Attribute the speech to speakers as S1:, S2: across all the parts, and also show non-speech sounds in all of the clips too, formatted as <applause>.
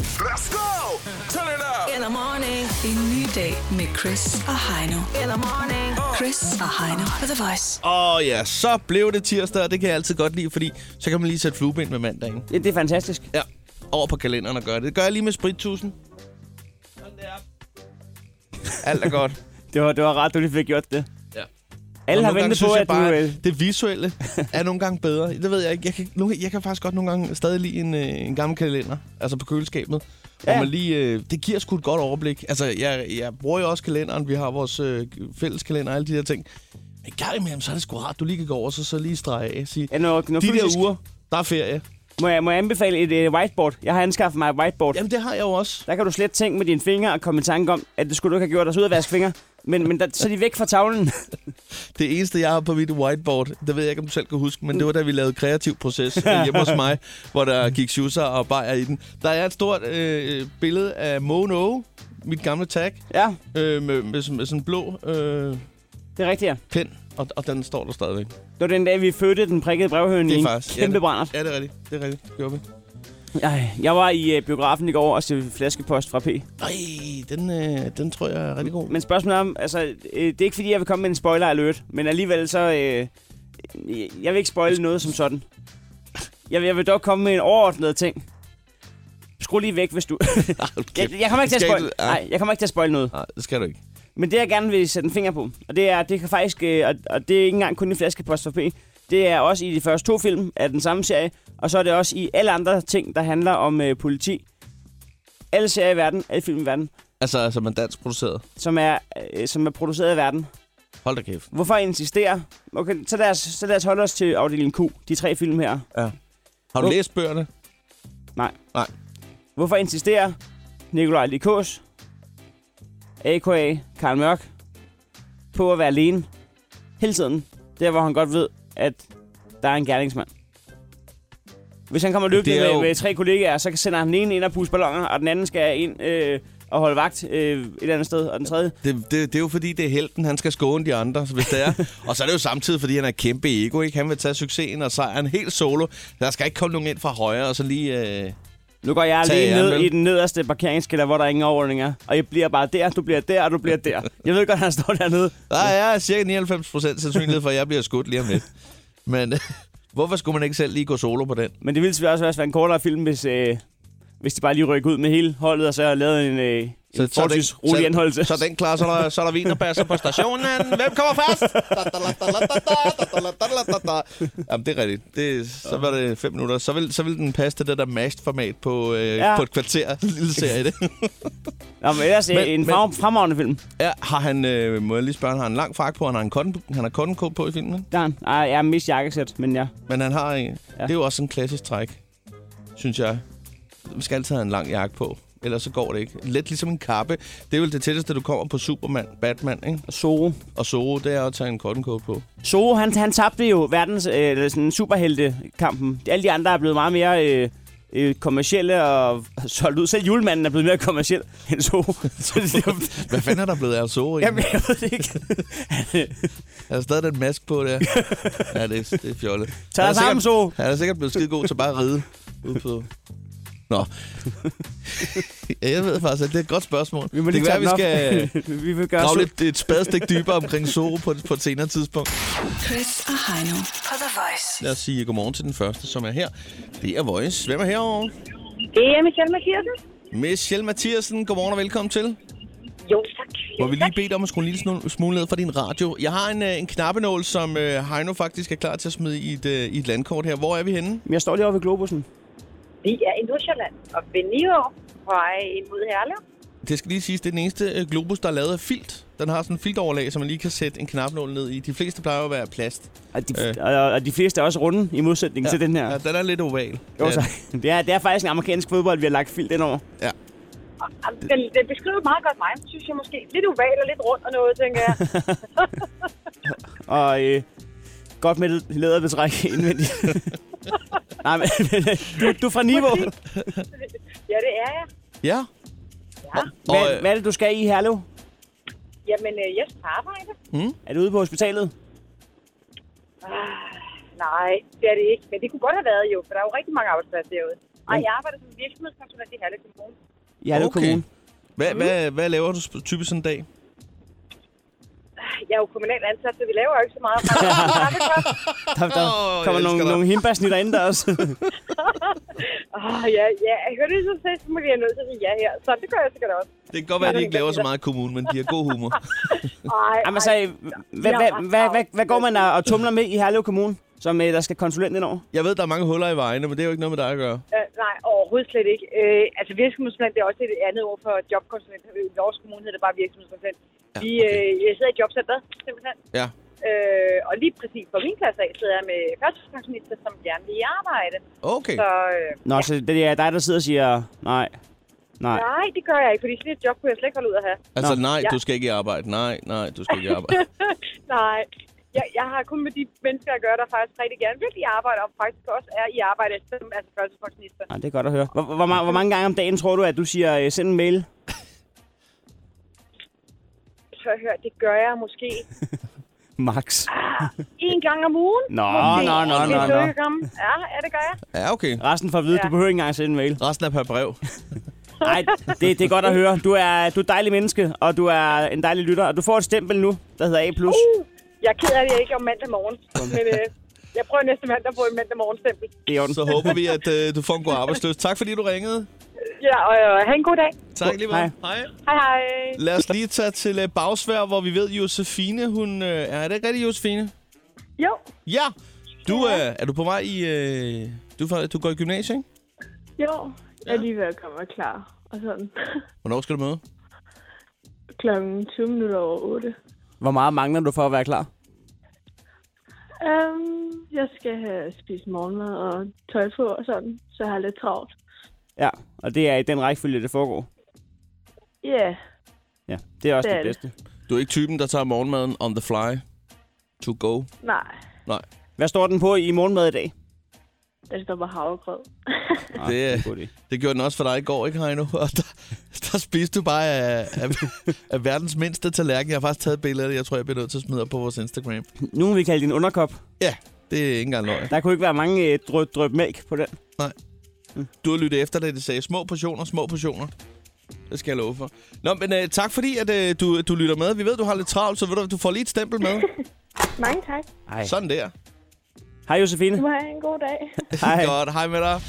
S1: Let's go! Turn it up!
S2: Eller morning. En ny dag med Chris og Heino. Eller morning. Chris og Heino på The Voice.
S3: Og ja, så blev det tirsdag, og det kan jeg altid godt lide, fordi så kan man lige sætte flueben med mandagen.
S4: Det, det er fantastisk.
S3: Ja, over på kalenderen og gøre det. Det gør jeg lige med sprittusen. Alt er godt.
S4: Det var, det var rart, du lige fik gjort det.
S3: Ja.
S4: <laughs> Alle
S3: Og
S4: har
S3: nogle gange
S4: ventet
S3: synes
S4: på,
S3: jeg
S4: at du...
S3: bare,
S4: øh,
S3: Det visuelle er nogle gange bedre. Det ved jeg ikke. Jeg kan, ikke- nogle, jeg kan faktisk godt nogle gange stadig lide en, øh, en gammel kalender. Altså på køleskabet. Ja.
S4: Ja.
S3: Hvor man lige, øh, det giver sgu et godt overblik. Altså, jeg, jeg bruger jo også kalenderen. Vi har vores øh, fælles kalender og alle de der ting. Men en gang imellem, så er det sgu rart, du lige kan gå over, så, så lige strege af. Sige,
S4: Ja, når, når
S3: de
S4: fysisk,
S3: der uger, der er ferie.
S4: Må jeg, må jeg anbefale et øh, whiteboard? Jeg har anskaffet mig et whiteboard.
S3: Jamen, det har jeg jo også.
S4: Der kan du slet tænke med dine fingre og komme i tanke om, at det skulle du ikke have gjort, og så ud og vaske fingre. Men, men der, så er de væk fra
S3: <laughs>
S4: tavlen.
S3: Det eneste, jeg har på mit whiteboard, det ved jeg ikke, om du selv kan huske, men det var, da vi lavede kreativ proces øh, hjemme hos <laughs> mig, hvor der gik schusser og bajer i den. Der er et stort øh, billede af Mono, mit gamle tag,
S4: ja,
S3: øh, med, med, sådan- med sådan en blå øh,
S4: det er rigtigt, ja.
S3: pind, og, og den står der stadigvæk.
S4: Det var den dag, vi fødte den prikkede brevhøne
S3: Det
S4: i
S3: er
S4: en
S3: faktisk- ja,
S4: kæmpe
S3: det-
S4: brændert.
S3: Ja, det er rigtigt. Det er rigtigt. Det gjorde vi.
S4: Ej, jeg var i øh, biografen i går og så flaskepost fra P.
S3: Nej, den, øh, den tror jeg er rigtig god.
S4: Men spørgsmålet er, om- altså, øh, det er ikke fordi, jeg vil komme med en spoiler alert, men alligevel så... Øh, øh, jeg vil ikke spoile noget som sådan. Jeg, vil- jeg vil dog komme med en overordnet ting. Skru lige
S3: <laughs>
S4: væk, hvis du... jeg, jeg, kommer ikke til
S3: Skal
S4: at spoil...
S3: ikke-
S4: Nej, jeg kommer ikke til at spoil noget.
S3: Nej, det skal du ikke.
S4: Men det, jeg gerne vil sætte en finger på, og det er, det kan faktisk, øh, og, og det er ikke engang kun i Flaskepost for P, det er også i de første to film af den samme serie, og så er det også i alle andre ting, der handler om øh, politi. Alle serier i verden, alle film i verden,
S3: Altså, altså man dansk produceret.
S4: som er, øh, som er produceret i verden.
S3: Hold da kæft.
S4: Hvorfor insistere? Okay, så lad, os, så lad os holde os til afdeling Q, de tre film her.
S3: Har du
S4: Jo.
S3: læst bøgerne?
S4: Nej.
S3: Nej.
S4: Hvorfor insistere? Nikolaj Likos, A.K.A. Karl Mørk, på at være alene hele tiden. Der, hvor han godt ved, at der er en gerningsmand. Hvis han kommer løbende
S3: Det er
S4: med,
S3: jo-
S4: med tre kollegaer, så sender han den ene ind og puste ballonger, og den anden skal ind øh, og holde vagt øh, et eller andet sted, og den tredje...
S3: Det, det, det er jo fordi, det er helten, han skal skåne de andre, så hvis det er. og så er det jo samtidig, fordi han er kæmpe ego, ikke? Han vil tage succesen og sejren helt solo. Der skal ikke komme nogen ind fra højre, og så lige... Øh...
S4: Nu går jeg
S3: Tag
S4: alene
S3: jer,
S4: ned
S3: vel?
S4: i den nederste parkeringskælder, hvor der ingen overordning er. Og jeg bliver bare der, du bliver der, og du bliver der. Jeg ved godt, han står dernede.
S3: Der er cirka 99 sandsynlighed for, at jeg bliver skudt lige om lidt. Men <laughs> hvorfor skulle man ikke selv lige gå solo på den?
S4: Men det ville selvfølgelig også være en kortere film, hvis, øh, hvis de bare lige rykker ud med hele holdet, og så lavede en, øh, så, en
S3: er den-
S4: forholdsvis rolig anholdelse.
S3: så er den klar, så er der, så er der vinerbasser på stationen. Hvem kommer først? Jamen, det er rigtigt. Det, så var det fem minutter. Så vil, så vil den passe til det der mashed-format på, øh, ja.
S4: Ja.
S3: på et kvarter. <laughs> Lille serie, det.
S4: Nå, men ellers
S3: Men-
S4: men, en
S3: men-
S4: frem, fremragende film.
S3: Ja, har han, øh, må jeg lige spørge, han har en lang frak på, han har en cotton, han har cotton coat på i filmen,
S4: Der er han. Ej, jeg er mest jakkesæt, men ja.
S3: men han har, en, ja. det er jo også en klassisk træk, synes jeg. Man skal altid have en lang jakke på, ellers så går det ikke. Lidt ligesom en kappe, det er vel det tætteste, du kommer på Superman, Batman, ikke?
S4: Og Zoro.
S3: Og Zoro, det er at tage en cotton coat på.
S4: Zoro, han, han tabte jo verdens øh, eller sådan superheltekampen. Alle de andre er blevet meget mere øh, øh, kommercielle og <laughs> solgt ud. Selv julemanden er blevet mere kommerciel end Zoro. <laughs> Så det,
S3: Hvad fanden er der blevet af Zoro
S4: Jamen,
S3: egentlig?
S4: jeg ved det ikke.
S3: Er der stadig den maske på
S4: <laughs>
S3: der? ja, det, er- det er fjollet.
S4: Tag
S3: Han er
S4: dig sammen,
S3: sikkert-
S4: Zoro.
S3: Han er sikkert blevet skide god til bare at ride ude på... Nå. ja, jeg ved faktisk, at det er et godt spørgsmål.
S4: Vi må
S3: det
S4: lige
S3: kan
S4: tage
S3: være, vi
S4: den
S3: skal
S4: <laughs>
S3: øh,
S4: op. vi vil gøre
S3: grave
S4: Zoro-
S3: lidt et spadestik dybere omkring Zoro på, på et senere tidspunkt.
S2: Chris og Heino på The Voice.
S3: Lad os sige godmorgen til den første, som er her. Det er Voice. Hvem er herovre?
S5: Det er Michelle Mathiasen.
S3: Michelle Mathiasen, godmorgen og velkommen til.
S5: Jo, tak.
S3: Må vi lige bede dig om at skrue en lille snu- smule ned for din radio? Jeg har en, øh, en knappenål, som øh, Heino faktisk er klar til at smide i et, øh, i et landkort her. Hvor er vi henne?
S4: Jeg står lige over ved Globussen.
S5: Vi er i Nordsjælland og ved Niå på vej ind mod Herlev.
S3: Det skal lige siges, det er den eneste øh, globus, der er lavet af filt. Den har sådan en filtoverlag, som man lige kan sætte en knapnål ned i. De fleste plejer jo at være af plast.
S4: Og de,
S3: Øh.
S4: øh. og, og de fleste er også runde, i modsætning ja. til den her.
S3: Ja,
S4: Ja,
S3: den er lidt oval.
S4: jo,
S3: Ja,
S4: så. <laughs> Det, er, det er faktisk en amerikansk fodbold, vi har lagt filt ind over.
S5: Jamen, Den, den beskriver meget godt mig, synes jeg måske. Lidt oval og lidt rundt og noget, tænker jeg.
S4: Og øh, godt med det læderbetræk <laughs>
S3: <laughs>
S4: indvendigt. Nej, men du, du er fra Niveau.
S5: ja, det er jeg.
S3: Ja. Og,
S4: Hvad,
S3: øh,
S4: hvad er det, du skal i Herlev?
S5: Jamen, øh, jeg skal på arbejde.
S4: Er du ude på hospitalet?
S5: Nej, det er det ikke. Men det kunne godt have været jo, for der er jo rigtig mange arbejdspladser derude. Nej, jeg arbejder som virksomhedskonsulent i Herlev Kommune.
S4: I Herlev
S3: Okay.
S4: okay. Kommune.
S3: Hvad, hvad,
S4: Mm.
S3: hvad laver du sp- typisk sådan en dag?
S5: Jeg er jo kommunal ansat, så vi laver jo ikke så meget. Bare-
S4: Der,
S3: Åh,
S4: der oh,
S3: jeg
S4: kommer nogle,
S3: elsker dig.
S4: nogle hindbærsnitter ind der <laughs> også.
S5: Åh, ja, ja. Hører du så selv, så må vi have nødt til at sige ja her. Så det gør jeg sikkert også.
S3: Det kan godt være, at de ikke laver så meget i kommunen, men de har god humor.
S5: Ej,
S4: Jamen, så,
S5: ej.
S4: øh, hvad, hvad, hvad, hvad, hvad går man og og tumler med i Herlev Kommune, som øh, der skal konsulent ind over?
S3: <laughs> Jeg ved, der er mange huller i vejene, men det er jo ikke noget med dig at gøre.
S5: Øh, nej, overhovedet slet ikke. Øh, altså virksomhedskonsulent, det er også et andet ord for jobkonsulent. I Norsk Kommune hedder det bare virksomhedskonsulent. Ja, okay. vi, øh, jeg sidder i jobcenteret, simpelthen.
S3: Ja.
S5: Øh, og lige præcis på min klasse af sidder jeg med førstepensionister, som gerne vil i arbejde.
S3: Okay.
S5: Så øh,
S4: Nå, så det er dig, der sidder og siger nej. Nej.
S5: nej, det gør jeg ikke, fordi sådan et job kunne jeg slet ikke holde ud at have.
S3: Altså,
S4: Nå.
S3: nej,
S5: Ja.
S3: du skal ikke i arbejde. Nej, nej, du skal ikke i
S5: <laughs>
S3: arbejde.
S5: nej, jeg, jeg har kun med de mennesker at gøre, der faktisk rigtig gerne vil i arbejde, og faktisk også er i arbejde som altså førstepensionister.
S4: Nej, det er godt at høre. Hvor, hvor, hvor, ma- hvor mange gange om dagen tror du, at du siger, øh, send en mail?
S5: Så hør, det gør jeg måske
S4: Max.
S5: en gang om ugen.
S4: Nå,
S5: Måske.
S4: nå, nå,
S5: Hvis
S4: nå,
S5: du
S4: nå.
S5: ikke kom. Ja, ja, det gør jeg.
S3: Ja, okay.
S4: Resten får at vide, ja.
S5: Ja.
S4: du behøver ikke engang at sende en mail.
S3: Resten er per brev.
S4: Nej, det, det er godt at høre. Du er, du er et dejligt menneske, og du er en dejlig lytter. Og du får et stempel nu, der hedder A+.
S5: Uh, jeg er ked af, at jeg ikke er om mandag morgen. Men øh, jeg prøver næste mandag at få en mandag morgen stempel.
S4: Det er i orden.
S3: Så håber vi, at øh, du får en god arbejdsløs. Tak, fordi du ringede.
S5: Ja, og øh, have en god dag.
S3: Tak lige meget. Hej.
S5: Hej hej.
S3: Lad os lige tage til øh, Bagsvær, hvor vi ved, Josefine, hun... Øh, er det ikke rigtigt, Josefine?
S5: Jo,
S3: Ja! Du, øh, er du på vej i... Øh, du, er fra- du går i gymnasiet, ikke?
S6: Jo, jeg er lige ved at komme og klar. Og sådan <laughs>
S3: Hvornår skal du møde?
S6: klokken 20 minutter over 8.
S4: Hvor meget mangler du for at være klar?
S6: Um, jeg skal have spist morgenmad og tøj på og sådan, så jeg har lidt travlt.
S4: Ja, og det er i den rækkefølge, det foregår.
S6: Ja, yeah,
S4: Ja, det er også
S6: Det
S4: det,
S6: er
S4: det
S6: det.
S4: bedste.
S3: Du er ikke typen, der tager morgenmaden on the fly. To go.
S6: nej.
S3: Nej.
S4: Hvad står den på i morgenmad i dag?
S6: Der står bare havregrød. <laughs>
S4: Nå,
S3: Det-
S4: en god idé.
S3: Det gjorde den også for dig i går, ikke Heino? <laughs> Og der, der spiste du bare af, af, af verdens mindste tallerken. Jeg har faktisk taget et billede af det. Jeg tror, jeg bliver nødt til at smide op på vores Instagram.
S4: Nu vil vi kalde det en underkop.
S3: Ja, det er ikke engang løgn.
S4: Der kunne ikke være mange øh, drøb, drøb mælk på den.
S3: Du har lyttet efter det, det sagde. Små portioner, små portioner. Det skal jeg love for. Nå, men uh, tak fordi, at uh, du, du lytter med. Vi ved, du har lidt travlt, så ved du, du får lige et stempel med.
S6: Mange tak.
S4: Ej.
S3: Sådan der. <laughs>
S4: Hej Josefine.
S6: Du må have en god dag.
S4: Hej.
S3: Godt, hej med dig.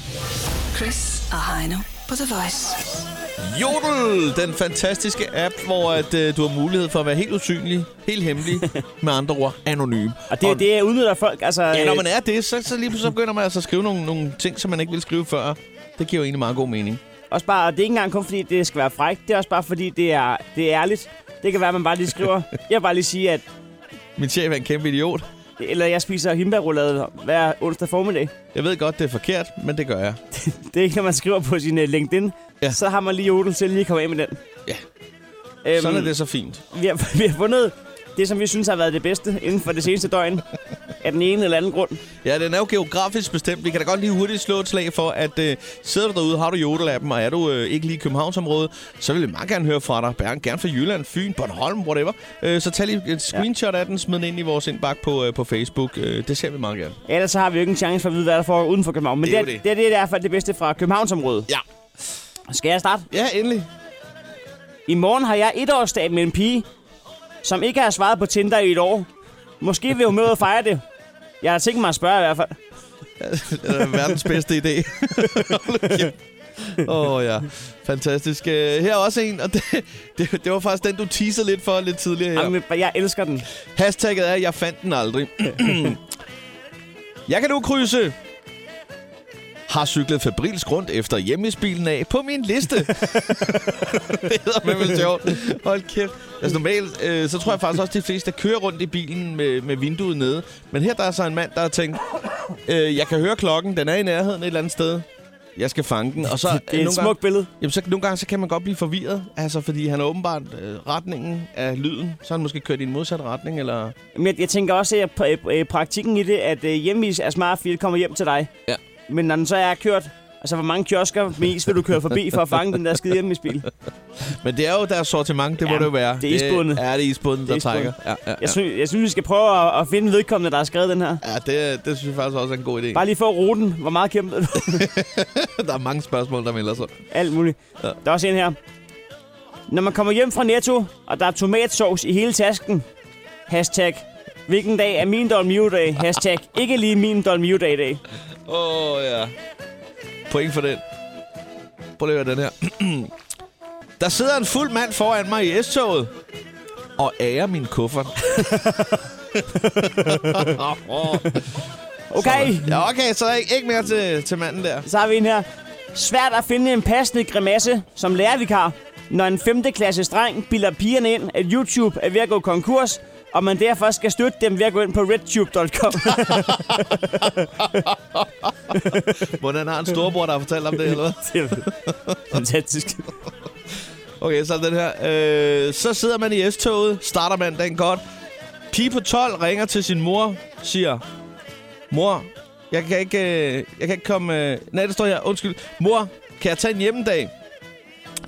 S2: Chris og Heino på The Voice.
S3: Jodel, den fantastiske app, hvor at, øh, du har mulighed for at være helt usynlig, helt hemmelig, med andre ord anonym.
S4: Og det, det udnytter folk. Altså,
S3: Ja, når man er det, så, så lige pludselig begynder man altså at skrive nogle, nogle ting, som man ikke ville skrive før. Det giver jo egentlig meget god mening.
S4: Også bare, og det er ikke engang kun fordi, det skal være frækt. Det er også bare fordi, det er, det er ærligt. Det kan være, at man bare lige
S3: <laughs>
S4: skriver. jeg vil bare lige sige, at
S3: Min chef er en kæmpe idiot.
S4: eller jeg spiser himbærrullade hver onsdag formiddag.
S3: Jeg ved godt, det er forkert, men det gør jeg.
S4: Det er ikke, når man skriver på sin uh, LinkedIn.
S3: Ja.
S4: Ja. Så har man lige jodel til lige at komme af med den.
S3: Ja.
S4: Øhm,
S3: Sådan er det så fint.
S4: Vi har, <laughs> vi har fundet det, som vi synes har været det bedste inden for det seneste døgn. Af den ene eller anden grund.
S3: Ja, den er jo geografisk bestemt. Vi kan da godt lige hurtigt slå et slag for, at øh, sidder du derude, har du Jodel-appen, og er du øh, ikke lige i Københavnsområdet, så vil jeg meget gerne høre fra dig. Bæren, gerne fra Jylland, Fyn, Bornholm, whatever. Øh, så tag lige et screenshot af den, smid den ind i vores indbakke på, øh, på Facebook. Øh, det ser vi meget gerne.
S4: Ellers så har vi jo ikke en chance for at vide, hvad der foregår uden for København. Men
S3: Det er
S4: det,
S3: jo
S4: er,
S3: det.
S4: det, er det, der er for det bedste fra Københavnsområdet.
S3: Ja.
S4: Skal jeg starte?
S3: Ja, endelig.
S4: I morgen har jeg etårsdag med en pige, som ikke har svaret på Tinder i et år. Måske vil hun med ud og fejre det. Jeg har tænkt mig at spørge i hvert fald.
S3: Det er Øh, verdens bedste idé. Hold kæft. Åh oh, ja, fantastisk. Øh, Her er også en, og det, det, det var faktisk den, du teasede lidt for lidt tidligere her.
S4: Jamen, jeg elsker den.
S3: Hashtagget er, jeg fandt den aldrig. jeg kan nu krydse. Har cyklet Fabrils rundt efter hjemmesbilen af på min liste. <laughs> det hedder med vel sjovt. Hold kæft. Altså normalt, øh, så tror jeg faktisk også, at de fleste der kører rundt i bilen med, med vinduet nede. Men her der er så en mand, der har tænkt, øh, jeg kan høre klokken, den er i nærheden et eller andet sted. Jeg skal fange den. Og så, øh,
S4: <laughs> Det er
S3: nogle
S4: et
S3: gange-
S4: smukt billede.
S3: Jamen, så nogle gange så kan man godt blive forvirret, altså, fordi han er åbenbart øh, retningen af lyden. Så har han måske kørt i en modsat retning, eller...
S4: Men jeg, jeg tænker også, at pra- øh, øh, praktikken i det, at øh, hjemvis er smart, fordi det kommer hjem til dig.
S3: Ja.
S4: Men når den så er kørt, Altså, hvor mange kiosker med is vil du køre forbi for at fange den der skide hjemmesbil?
S3: Men det er jo deres sortiment, det ja, må
S4: Ja,
S3: det jo være.
S4: det er isbunden.
S3: Ja, det er isbunden,
S4: Det er
S3: der trækker.
S4: isbunden.
S3: Ja, ja, ja.
S4: Jeg, sy- jeg synes, vi skal prøve at, at finde vedkommende, der har skrevet den her.
S3: ja det, det synes jeg faktisk også er en god idé.
S4: Bare lige for ruten. Hvor meget kæmpede du?
S3: <laughs> Der er mange spørgsmål, der melder sig.
S4: Alt muligt. Ja. Der er også en her. Når man kommer hjem fra Netto, og der er tomatsovs i hele tasken. Hashtag. Hvilken dag er min Dolmio-dag? Hashtag. Ikke lige min Dolmio-dag i dag.
S3: Åh, oh, ja. Point for den. Prøv lige at høre den her. <clears throat> Der sidder en fuld mand foran mig i S-toget og ærer min
S4: <laughs>
S3: kuffert.
S4: Okay,
S3: ja, okay, så er der ikke, ikke mere til, til manden der.
S4: så har vi en her. Svært at finde en passende grimasse som lærervikar, når en 5. klasse dreng bilder pigerne ind, at YouTube er ved at gå konkurs, og man derfor skal støtte dem ved at gå ind på redtube.com. <laughs>
S3: Hvordan har en storbror, der har fortalt om det, eller hvad?
S4: Det er Fantastisk.
S3: Okay, så er den her. Øh, så sidder man i S-toget, starter mandagen godt. Pige på 12 ringer til sin mor, siger... Mor, jeg kan ikke, øh, jeg kan ikke komme... Øh, nej, det står her. Undskyld. Mor, kan jeg tage en hjemmedag?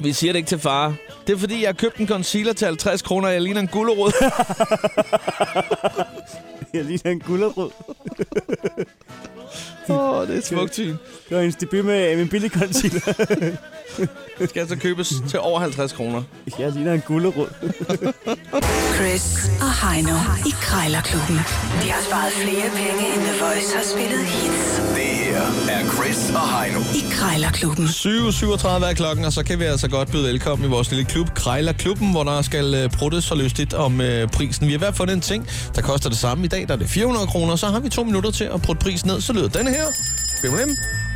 S3: Vi siger det ikke til far. Det er fordi, jeg har købt en concealer til 50 kroner, og jeg ligner en gulerod. <laughs>
S4: Jeg ligner en gullerød.
S3: Åh, oh, det er smukt syn.
S4: Det var hendes debut med min billig concealer.
S3: Skal altså købes til over 50 kroner.
S4: <laughs> Jeg ligner en gullerød.
S2: Chris og Heino i Krejlerklubben. De har sparet flere penge, end The Voice har spillet hits
S1: Det her er Chris og Heino.
S2: i Krejlerklubben.
S3: 7.37 er klokken, og så kan vi altså godt byde velkommen i vores lille klub, Krejler Klubben, hvor der skal øh, pruttes så lystigt om øh, prisen. Vi har i hvert fald fundet en ting, der koster det samme. I dag der er det 400 kroner, så har vi to minutter til at prutte prisen ned. Så lyder den her, BMM,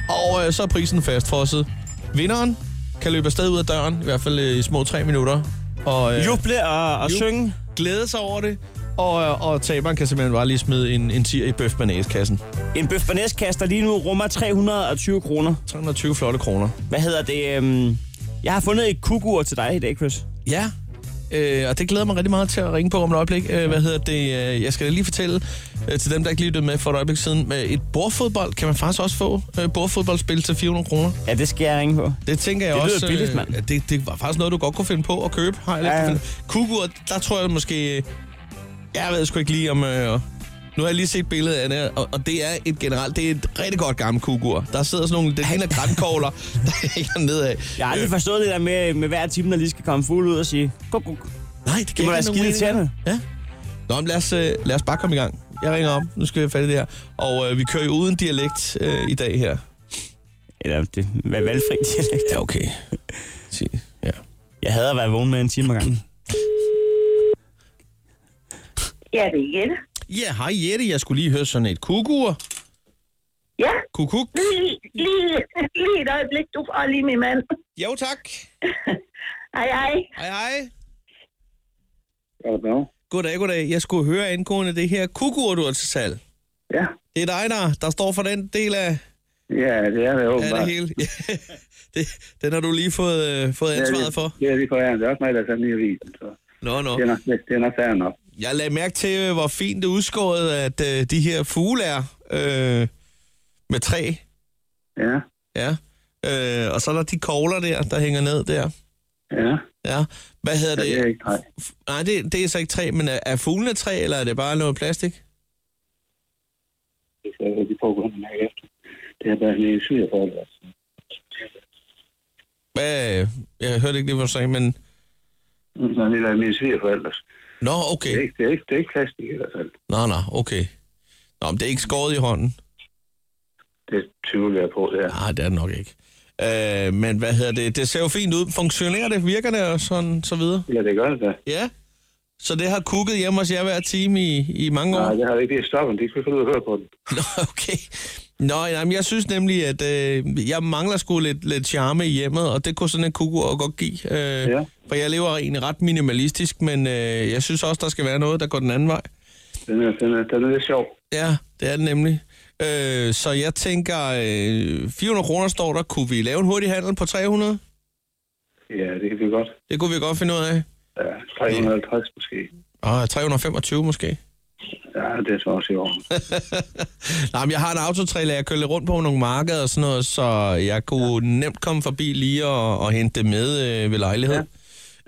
S3: og øh, så er prisen fastfrosset. Vinderen kan løbe afsted ud af døren, i hvert fald øh, i små tre minutter, og øh,
S4: Juble og, og synge.
S3: glæde sig over det. Og, øh, og taberen kan simpelthen bare lige smide en, en tier i bøf kassen
S4: En bøf bearnaisekasse, der lige nu rummer 320 kroner.
S3: 320 flotte kroner.
S4: Hvad hedder det? Øhm, jeg har fundet et kugur til dig i dag, Chris.
S3: Ja, øh, og det glæder mig rigtig meget til at ringe på om et øjeblik. Øh, hvad hedder det? Øh, jeg skal da lige fortælle øh, til dem, der ikke lige lyttede med for et øjeblik siden. Med et bordfodbold kan man faktisk også få øh, bordfodboldspil til 400 kroner.
S4: Ja, det skal jeg ringe på.
S3: Det tænker jeg
S4: Det lyder
S3: også...
S4: billigt, mand.
S3: ja, det, det var faktisk noget, du godt kunne finde på at købe. Har jeg lidt
S4: Ja, ja.
S3: ja, ja. Kugur, der tror jeg måske... øh, Jeg ved sgu ikke lige om... Øh, nu har jeg lige set billedet af det, og, og det er et generelt, det er et rigtig godt gammelt kugur. Der sidder sådan nogle, det ligner grænkogler, <laughs> der hænger nedad. Øh,
S4: Jeg har aldrig forstået det der med, med hver time, der lige skal komme fuld ud og sige... Kuk, kuk.
S3: Nej, det,
S4: Det må
S3: giver
S4: være
S3: ikke nogen
S4: skide
S3: mening.
S4: irriterende.
S3: Ja. Nå, men lad os, øh, lad os bare komme i gang. Jeg ringer om. Nu skal vi have fat i det her. Og øh, vi kører jo uden dialekt øh, i dag her.
S4: Eller det var valgfri <laughs> dialekt.
S3: Ja, okay. Sig- Ja.
S4: Jeg hader at være vågen med en time ad gangen.
S5: Ja, det er igen.
S3: Ja, hej Jette. Jeg skulle lige høre sådan et kukur.
S5: Ja,
S3: Kukuk.
S5: lige, lige, lige et øjeblik. Du får lige min mand.
S3: Jo, tak.
S5: Hej, hej.
S3: Hej, hej.
S7: Goddag.
S3: Goddag, goddag. Jeg skulle høre angående det her kukur, du har til salg.
S7: Ja,
S3: Det er dig, der, der står for den del af,
S7: ja det er det
S3: af
S7: åbenbart.
S3: det hele. <laughs> det, den har du lige fået, øh, fået ansvaret for.
S7: Det er lige for æren. Det er også mig, der sendte i avisen. Så
S3: Nå, nå.
S7: det er nok, det, det er nok fair nok.
S3: Jeg lagde mærke til, øh, hvor fint det er udskåret, at øh, de her fugle er øh, med træ.
S7: Ja,
S3: Ja. Øh, og så er der de kogler der, der hænger ned der.
S7: ja.
S3: Ja. Hvad hedder
S7: Så det er
S3: det?
S7: ikke nej.
S3: F- Nej, det, det er så ikke træ, men er, er fuglene træ, eller er det bare noget plastik?
S7: Det er de pågående her efter. Det er bare altså. en lille syg for det.
S3: Hvad? Jeg hørte ikke lige, hvad du sagde, men...
S7: Så det er mine svigerforældres.
S3: Nå,
S7: Det er
S3: okay.
S7: ikke, det er ikke, det er ikke plastik i hvert fald.
S3: Nå, nå, okay. Nå, men det er ikke skåret i hånden.
S7: Det tvivler jeg på, det er.
S3: Nej, det er det nok ikke. Øh, men hvad hedder det? Det ser jo fint ud. Funktionerer det? Virker det? Og sådan, så videre.
S7: Ja, det gør det da.
S3: Ja. Så det har kukket hjemme hos jer hver time i, i mange år?
S7: Nej, det har det ikke lige stoppet. De skulle få ud og høre på den.
S3: <laughs> Nå, okay. Nå, jamen, jeg synes nemlig, at øh, jeg mangler sgu lidt, lidt charme i hjemmet, og det kunne sådan en kukur godt give. Øh,
S7: Ja.
S3: For jeg lever egentlig ret minimalistisk, men øh, jeg synes også, der skal være noget, der går den anden vej.
S7: Den er, den er, den er lidt sjov.
S3: Ja, det er det nemlig. Øh, så jeg tænker, øh, 400 kroner står der. Kunne vi lave en hurtig handel på 300?
S7: Ja, det kan vi godt.
S3: Det kunne vi godt finde ud af.
S7: Ja, 350 måske.
S3: Ah, 325 måske.
S7: Ja, det er så også i år.
S3: Nej, men jeg har en autotrailer, jeg kører lidt rundt på nogle markeder og sådan noget, så jeg kunne ja. nemt komme forbi lige og, og hente det med øh, ved lejlighed. Ja.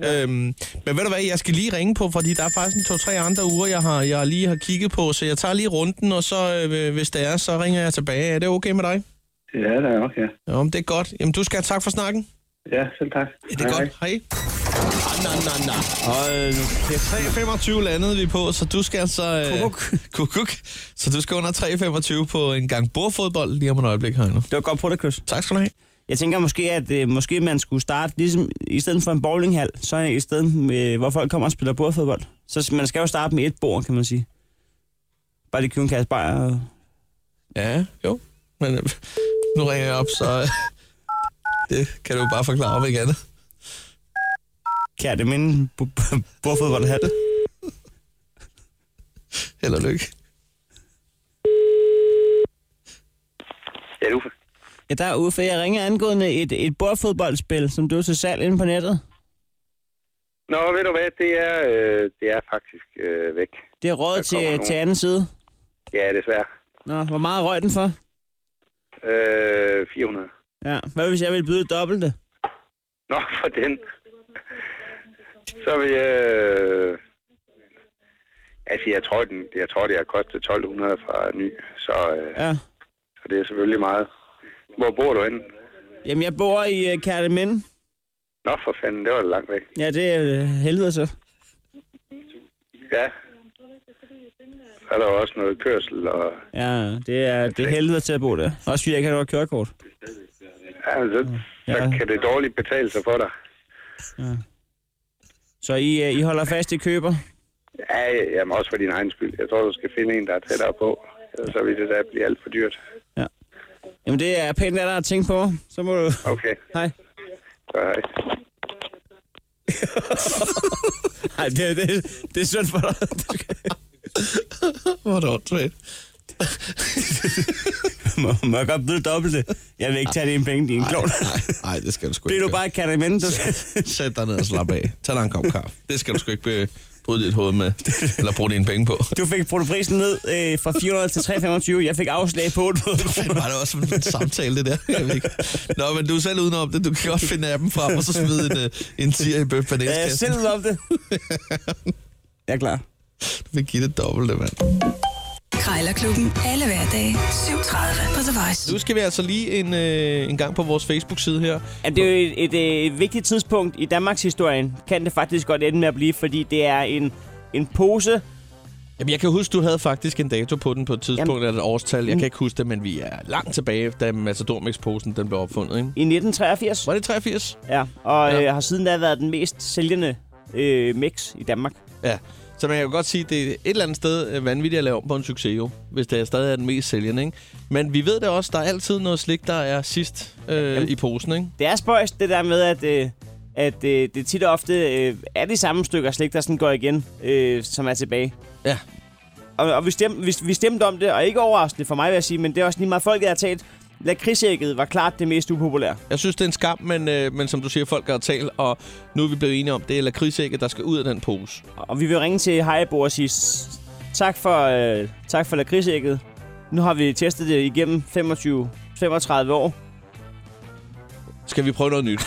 S3: Ja. Øhm, men ved du hvad, jeg skal lige ringe på, fordi der er faktisk en to-tre andre uger, jeg har jeg lige har kigget på, så jeg tager lige runden, og så øh, hvis det er, så ringer jeg tilbage. Er det okay med dig?
S7: Ja, det er nok, ja.
S3: Jo, men det er godt. Jamen, du skal have tak for snakken.
S7: Ja, selv tak.
S3: Ja, det er godt. Hej. Ah, nej, nej, nej.
S4: Hold nu kæft.
S3: 3.25 landede vi på, så du skal altså... Øh, kukuk. <laughs> kukuk. Så du skal under 3.25 på en gang bordfodbold lige om et øjeblik, Heino.
S4: Det var godt på det, Chris.
S3: Tak skal du have.
S4: Jeg tænker måske, at øh, måske man skulle starte, ligesom i stedet for en bowlinghal, så i stedet, med, hvor folk kommer og spiller bordfodbold. Så s- man skal jo starte med et bord, kan man sige. Bare lige købe en kasse bajer. og-
S3: Ja, jo. Men øh, nu ringer jeg op, så... Øh, <laughs> det kan du jo bare forklare om igen.
S4: Kære, det minde <laughs> bordfodboldhatte.
S3: <laughs> Held og lykke.
S7: Ja, Uffe.
S4: Ja, der er Uffe. Jeg ringer angående et, et bordfodboldspil, som du er til salg inde på nettet.
S7: Nå, ved du hvad, det er, øh, det er faktisk øh, væk.
S4: Det er råd
S7: Der kommer
S4: til,
S7: nogen.
S4: til anden side.
S7: Ja, desværre.
S4: Nå, hvor meget røg den for?
S7: Øh, 400.
S4: Ja, hvad hvis jeg vil byde dobbelte?
S7: Nå, for den. Så vil jeg... Øh, altså, jeg tror, den, jeg tror, det har kostet 1200 fra ny, så, øh,
S4: Ja.
S7: så det er selvfølgelig meget. Hvor bor du henne?
S4: Jamen, jeg bor i uh, Kærteminde.
S7: Nå, for fanden, det var da langt væk.
S4: Ja, det er uh, helvede så.
S7: Ja. Så er der jo også noget kørsel, og
S4: Ja, det er, det er helvede til at bo der. Også fordi jeg ikke har noget kørekort.
S7: ja, så, ja.
S4: Ja.
S7: så kan det dårligt betale sig for dig.
S4: Så I, uh, I holder fast i køber?
S7: Ja, jamen også for din egen skyld. Jeg tror, du skal finde en, der er tættere på. Ellers så vil det da blive alt for dyrt.
S4: Jamen, det er pænt, hvad der er at tænke på. Så må du...
S7: Okay,
S4: Hej.
S7: så hej.
S4: Nej, det, det, det er synd for dig. Du skal-
S3: Hvor er det åndssvagt.
S4: <laughs> må, må jeg godt byde dobbelte? Jeg vil ikke tage dine penge, din klovn.
S3: Nej, det skal du sgu
S4: Det er
S3: ikke.
S4: du bare i Kærteminde, du skal...
S3: Sæt dig ned og slap af. Tag dig en kop kaffe. Det skal du sgu ikke øh, bryde dit hoved <laughs> med, eller bruge dine penge på.
S4: Du fik brugt prisen ned øh, fra 400 til 325. Jeg fik afslag på <laughs> 800
S3: Det var det også sådan en samtale, det der. Jeg ved ikke. Nå, men du er selv udenom det. Du kan godt finde appen frem, og så smide en, øh, en tier i
S4: Ja, jeg er
S3: bøfpanelskassen.
S4: Øh, selv om det. Jeg er klar.
S3: Du vil give det dobbelte, mand.
S2: Krejlerklubben. Alle hverdage. 7.30 på The Voice.
S3: Nu skal vi altså lige en, øh, en gang på vores Facebook-side her.
S4: Ja, det er jo et, et, øh, et vigtigt tidspunkt i Danmarks historien, kan det faktisk godt ende med at blive, fordi det er en, en pose.
S3: Jamen, jeg kan huske, du havde faktisk en dato på den på et tidspunkt,
S4: Jamen-
S3: eller et årstal. Jeg kan ikke huske det, men vi er langt tilbage, da Matadormix-posen den blev opfundet, ikke?
S4: I 1983,
S3: Var det 83?
S4: ja, og
S3: Ja.
S4: ja. Øh, har siden da været den mest sælgende øh, mix i Danmark.
S3: Ja. Så man kan jo godt sige, at det er et eller andet sted øh, vanvittigt at lave om på en succes, jo, hvis det er stadig er den mest sælgende. Ikke? Men vi ved det også, der er altid noget slik, der er sidst øh, i posen. Ikke?
S4: Det er spøjst, det der med, at, øh, at øh, det tit og ofte øh, er de samme stykker slik, der sådan går igen, øh, som er tilbage.
S3: Ja.
S4: Og, og vi, stemte, vi, vi stemte om det, og ikke overraskende for mig, vil jeg sige, men det er også lige meget folket har talt. Lakridsægget var klart det mest upopulære.
S3: Jeg synes, det er en skam, men, øh, men som du siger, folk har talt, og nu er vi blevet enige om, det er lakridsækket, der skal ud af den pose.
S4: Og vi vil ringe til Heibo og sige "S- tak for, øh, tak for lakridsægget. Nu har vi testet det igennem 25-35 år.
S3: Skal vi prøve noget <laughs> nyt?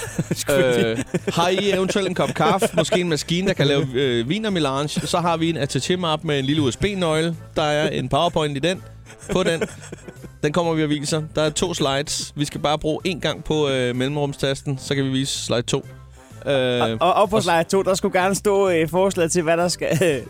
S3: øh, har I eventuelt en kop kaffe, måske en maskine, der kan lave øh, vin og melange, så har vi en attaché-map med en lille USB-nøgle. Der er en PowerPoint i den. På den. Den kommer vi og viser. Der er to slides. Vi skal bare bruge en gang på øh, mellemrumstasten, så kan vi vise slide 2. Øh,
S4: Og op på slide 2, der skulle gerne stå øh, forslag til, hvad der skal øh,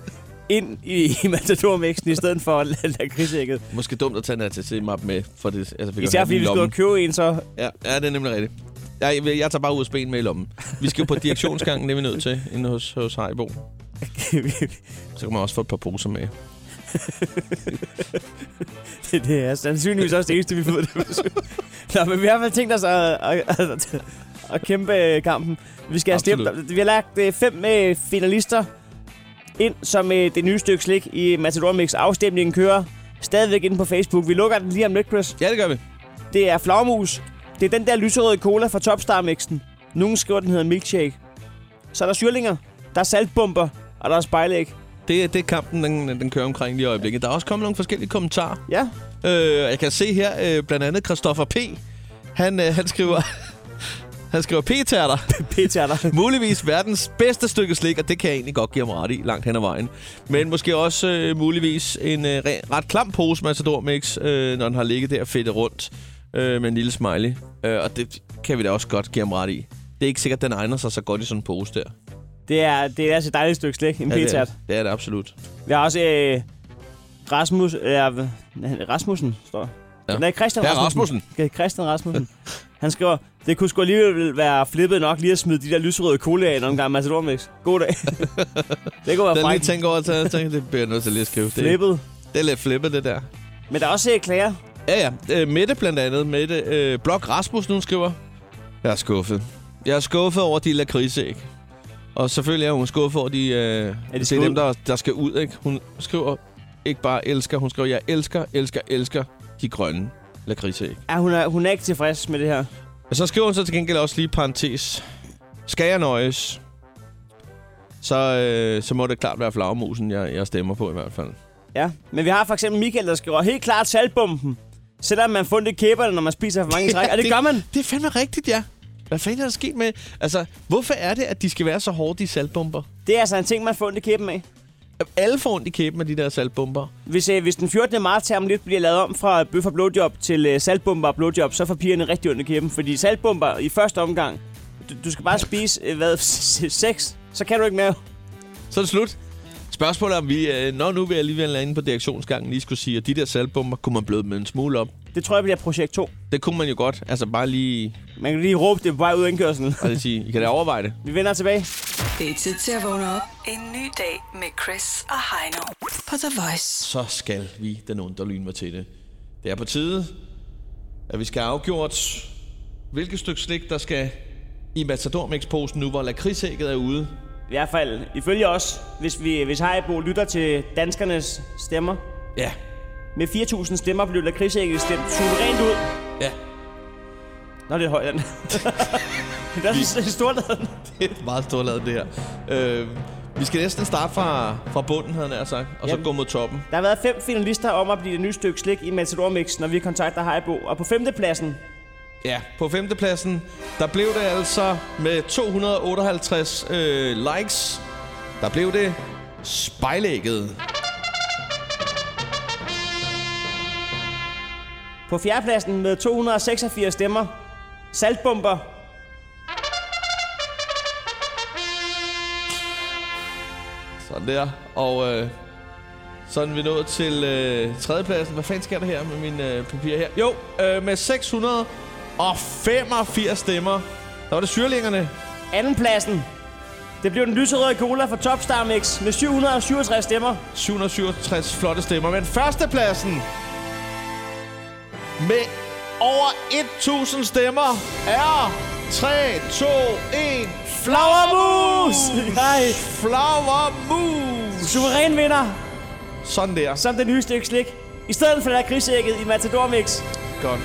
S4: ind i, i matadormixen, i stedet for la- lakridsægget.
S3: måske dumt at tage en attaché-map med, for det, altså, vi kan
S4: Især
S3: have den
S4: fordi
S3: i
S4: vi skulle
S3: lommen.
S4: ud og købe en, så <laughs>
S3: Ja, ja, det er nemlig rigtigt. Jeg, jeg, jeg tager bare USB'en med i
S4: <laughs>
S3: lommen. Vi skal jo på direktionsgangen, det er vi nødt til, inde hos, hos Haribo. Så kan man også få et par poser med.
S4: det, det er sandsynligvis også det eneste, vi får ud af det. <laughs> Nå, men vi har i hvert fald tænkt os at, at, at, at kæmpe øh, kampen. Vi skal have stemt.
S3: Absolut.
S4: Vi har lagt øh, fem øh, finalister ind som øh, det nye stykke slik i Matador Mix. Afstemningen kører stadigvæk inde på Facebook. Vi lukker den lige om lidt, Chris.
S3: Ja, det gør vi.
S4: Det er flagmus. Det er den der lyserøde cola fra Topstar Mixen. Nogen skriver, den hedder milkshake. Så er der syrlinger, der er saltbomber, og der er spejlæg.
S3: Det, er- det er kampen, den, den kører omkring lige i øjeblikket. Der er også kommet nogle forskellige kommentarer.
S4: Ja.
S3: Øh, jeg kan se her, øh, blandt andet Christoffer P. Han, øh, han skriver... <laughs> han skriver P-tærter.
S4: P-tærter.
S3: <laughs> muligvis verdens bedste stykke slik, og det kan jeg egentlig godt give ham ret i langt hen ad vejen. Men måske også øh, muligvis en øh, re- ret klam pose Matador Mix, øh, når den har ligget der fedt rundt øh, med en lille smiley. Øh, og det kan vi da også godt give ham ret i. Det er ikke sikkert, den egner sig så godt i sådan en pose der.
S4: Det er, det er altså et dejligt stykke slik, en ja,
S3: det, er,
S4: p-tært.
S3: det. det er det absolut.
S4: Vi har også øh, Rasmus, øh, hvad- Rasmussen, står der.
S3: Ja.
S4: Nej, Christian
S3: Hr.
S4: Rasmussen. Rasmussen. Christian Rasmussen. Han skriver, det kunne sgu alligevel være flippet nok lige at smide de der lysrøde cola af, når en gang Macedonmix.
S3: <laughs>
S4: God dag. det kunne være
S3: Den lige
S4: frækt.
S3: tænker over, at jeg tænker, det bliver jeg nødt til lige at skrive. Det,
S4: Flippet.
S3: det er lidt flippet, det der.
S4: Men der er også øh, klager.
S3: Ja, ja. Øh, Mette blandt andet. Mette øh, Blok Rasmussen, hun skriver. Jeg er skuffet. Jeg er skuffet over de lakridsæg. Og selvfølgelig er hun skuffet over de... Øh, er
S4: de
S3: det
S4: skal
S3: er
S4: ud?
S3: dem, der, der skal ud, ikke? Hun skriver ikke bare elsker. Hun skriver, jeg elsker, elsker, elsker de grønne lakridsæg.
S4: Ja, hun er, hun er ikke tilfreds med det her.
S3: Og så skriver hun så til gengæld også lige parentes. Skal jeg nøjes, så, øh, så må det klart være flagmusen, jeg, jeg stemmer på i hvert fald.
S4: Ja, men vi har for eksempel Michael, der skriver, helt klart saltbomben. Selvom man fundet det kæberne, når man spiser for
S3: <laughs>
S4: mange i træk. Og det gør man.
S3: Det er fandme rigtigt, ja. Hvad fanden er der sket med... Altså, hvorfor er det, at de skal være så hårde, de saltbomber?
S4: Det er altså en ting, man får ondt i kæben af.
S3: Alle får ondt i kæben af de der saltbomber.
S4: Hvis, øh, hvis den 14. marts her om lidt bliver lavet om fra bøf og blowjob til øh, saltbomber og blowjob, så får pigerne rigtig ondt i kæben. Fordi saltbomber i første omgang, du, du skal bare spise, øh, hvad, <laughs> s- s- seks, så kan du ikke mere.
S3: Så er det slut. Spørgsmålet er, om vi, øh, når nu vi alligevel er inde på direktionsgangen, lige skulle sige, at de der saltbomber kunne man bløde med en smule op.
S4: Det tror jeg bliver projekt 2.
S3: Det kunne man jo godt. Altså bare lige,
S4: Man kan lige råbe det på vej ud af indkørselen.
S3: bare lige sige, I kan da overveje det.
S4: Vi vender tilbage.
S2: Det er tid til at vågne op. En ny dag med Chris og Heino på The Voice.
S3: Så skal vi den underlige mig til det. Det er på tide, at vi skal have afgjort, hvilket stykke slik, der skal i matadormix-posen nu, hvor lakridsægget er ude.
S4: I hvert fald, ifølge os, hvis, vi, hvis Heibo lytter til danskernes stemmer,
S3: Ja,
S4: med 4.000 stemmer blev lakridsækket stemt suverænt ud.
S3: ja.
S4: Nå, det er højt, den. det er så stort,
S3: Det er meget stort lavet, det her. Øh, vi skal næsten starte fra, fra bunden, havde jeg nær sagt, og
S4: Jamen.
S3: så gå mod toppen.
S4: Der har været fem finalister om at blive det nye stykke slik i Matador Mix, når vi kontakter Heibo. Og på femtepladsen,
S3: Ja, på femtepladsen, der blev det altså med 258 øh, likes, der blev det spejlægget.
S4: på fjerdepladsen med 286 stemmer, Saltbomber.
S3: Sådan der. Og øh, sådan er vi nået til øh, tredjepladsen. Hvad fanden sker der her med mine øh, papirer her? Jo, øh, med 685 stemmer, der var det syrlingerne.
S4: Andenpladsen, det blev den lyserøde cola fra Topstar Mix med 767 stemmer.
S3: 767 flotte stemmer. Men førstepladsen med over 1000 stemmer er 3, 2, 1.
S4: Flagermus! Nej,
S3: Flagermus!
S4: suveræn vinder
S3: Sådan der.
S4: som det nye stykke slik. I stedet for lakridsækket i Matador Mix.
S3: Godt.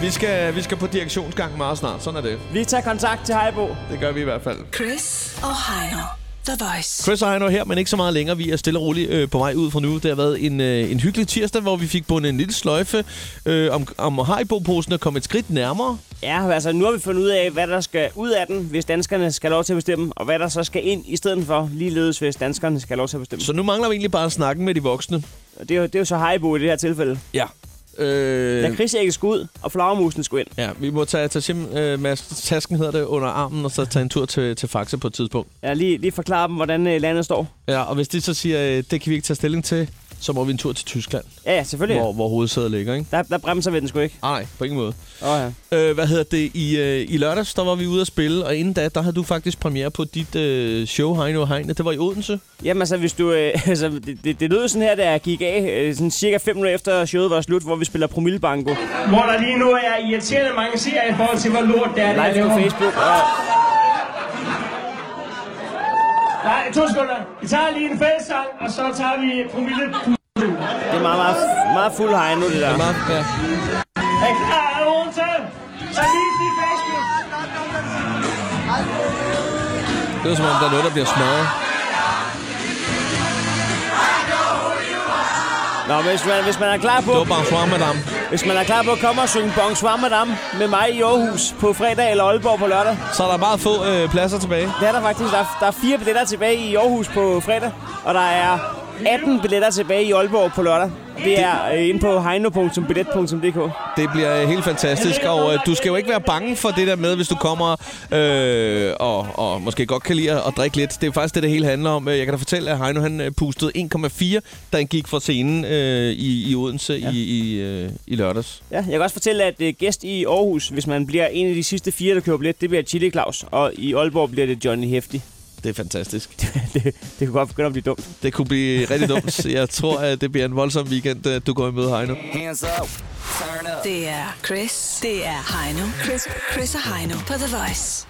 S3: Vi skal, vi skal på direktionsgang meget snart. Sådan er det.
S4: Vi tager kontakt til Heibo.
S3: Det gør vi i hvert fald.
S2: Chris og Heino. The Voice.
S3: Chris og Heino her, men ikke så meget længere. Vi er stille og roligt øh, på vej ud fra nu. Det har været en, øh, en hyggelig tirsdag, hvor vi fik bundet en lille sløjfe øh, om, om Haribo-posen og kom et skridt nærmere.
S4: Ja, altså nu har vi fundet ud af, hvad der skal ud af den, hvis danskerne skal have lov til at bestemme, og hvad der så skal ind i stedet for, ligeledes hvis danskerne skal have lov til at bestemme.
S3: Så nu mangler vi egentlig bare at snakke med de voksne.
S4: Og det er jo, det er jo så Heibo i det her tilfælde.
S3: Ja.
S4: Da
S3: Øh,
S4: krigsægget skulle ud, og flagermusen skulle ind.
S3: ja, vi må tage, tage sim, øh, mas- tasken hedder det, under armen, og så tage en tur til, til Faxe på et tidspunkt.
S4: Ja, lige, lige forklare dem, hvordan øh, landet står.
S3: Ja, og hvis de så siger, øh, det kan vi ikke tage stilling til, så må vi en tur til Tyskland,
S4: Ja, ja, selvfølgelig.
S3: hvor, hvor hovedsædet ligger, ikke?
S4: Der, der bremser vi den sgu ikke.
S3: Nej, på ingen måde.
S4: Åh ja.
S3: Øh, hvad hedder det? I, øh, I lørdags, der var vi ude at spille, og inden da, der havde du faktisk premiere på dit øh, show, Heino og Heine. Det var i Odense.
S4: Jamen altså, hvis du, øh, <laughs> altså, det, det, det lød sådan her, da jeg gik af, øh, sådan cirka 5 minutter efter showet var slut, hvor vi spiller promillebanko
S8: Hvor der lige nu er irriterende mange seere i forhold til, hvor lort det er,
S4: live på Facebook. Og,
S8: Nej, to sekunder. Vi tager lige en fællessang, og så tager vi promille.
S4: det er meget, meget, meget fuld hej nu, det der.
S3: Mark, ja.
S8: Er I klar? Er nogen til? Så lige i Facebook.
S3: Det var som om, der er noget, der bliver smadret.
S4: Nå, hvis man, hvis man er klar på...
S3: Det var Bonsoir, madame.
S4: Hvis man er klar på at komme og synge Bonsoir Madame med mig i Aarhus på fredag eller Aalborg på lørdag.
S3: Så er der meget få øh, pladser tilbage.
S4: Det er der faktisk. Der er, der er fire billetter tilbage i Aarhus på fredag, og der er 18 billetter tilbage i Aalborg på lørdag. Det er øh, inde på heino.billet.dk.
S3: Det bliver øh, helt fantastisk, og øh, du skal jo ikke være bange for det der med, hvis du kommer øh, og, og måske godt kan lide at, at drikke lidt. Det er jo faktisk det, det hele handler om. Øh, Jeg kan da fortælle, at Heino han øh, pustede 1,4, da han gik fra scenen øh, i, i Odense ja. i, i, øh, i lørdags.
S4: Ja, jeg kan også fortælle, at øh, gæst i Aarhus, hvis man bliver en af de sidste fire, der køber billet, det bliver Chili Claus, og i Aalborg bliver det Johnny Hefti. <laughs>
S3: Det er fantastisk.
S4: det, det kunne godt begynde at blive dumt.
S3: Det kunne blive rigtig dumt. Jeg tror, at det bliver en voldsom weekend, øh, du går i møde, Heino.
S1: Hands up. Turn up.
S2: Det er Chris. Det er Heino. Chris, Chris og Heino på The Voice.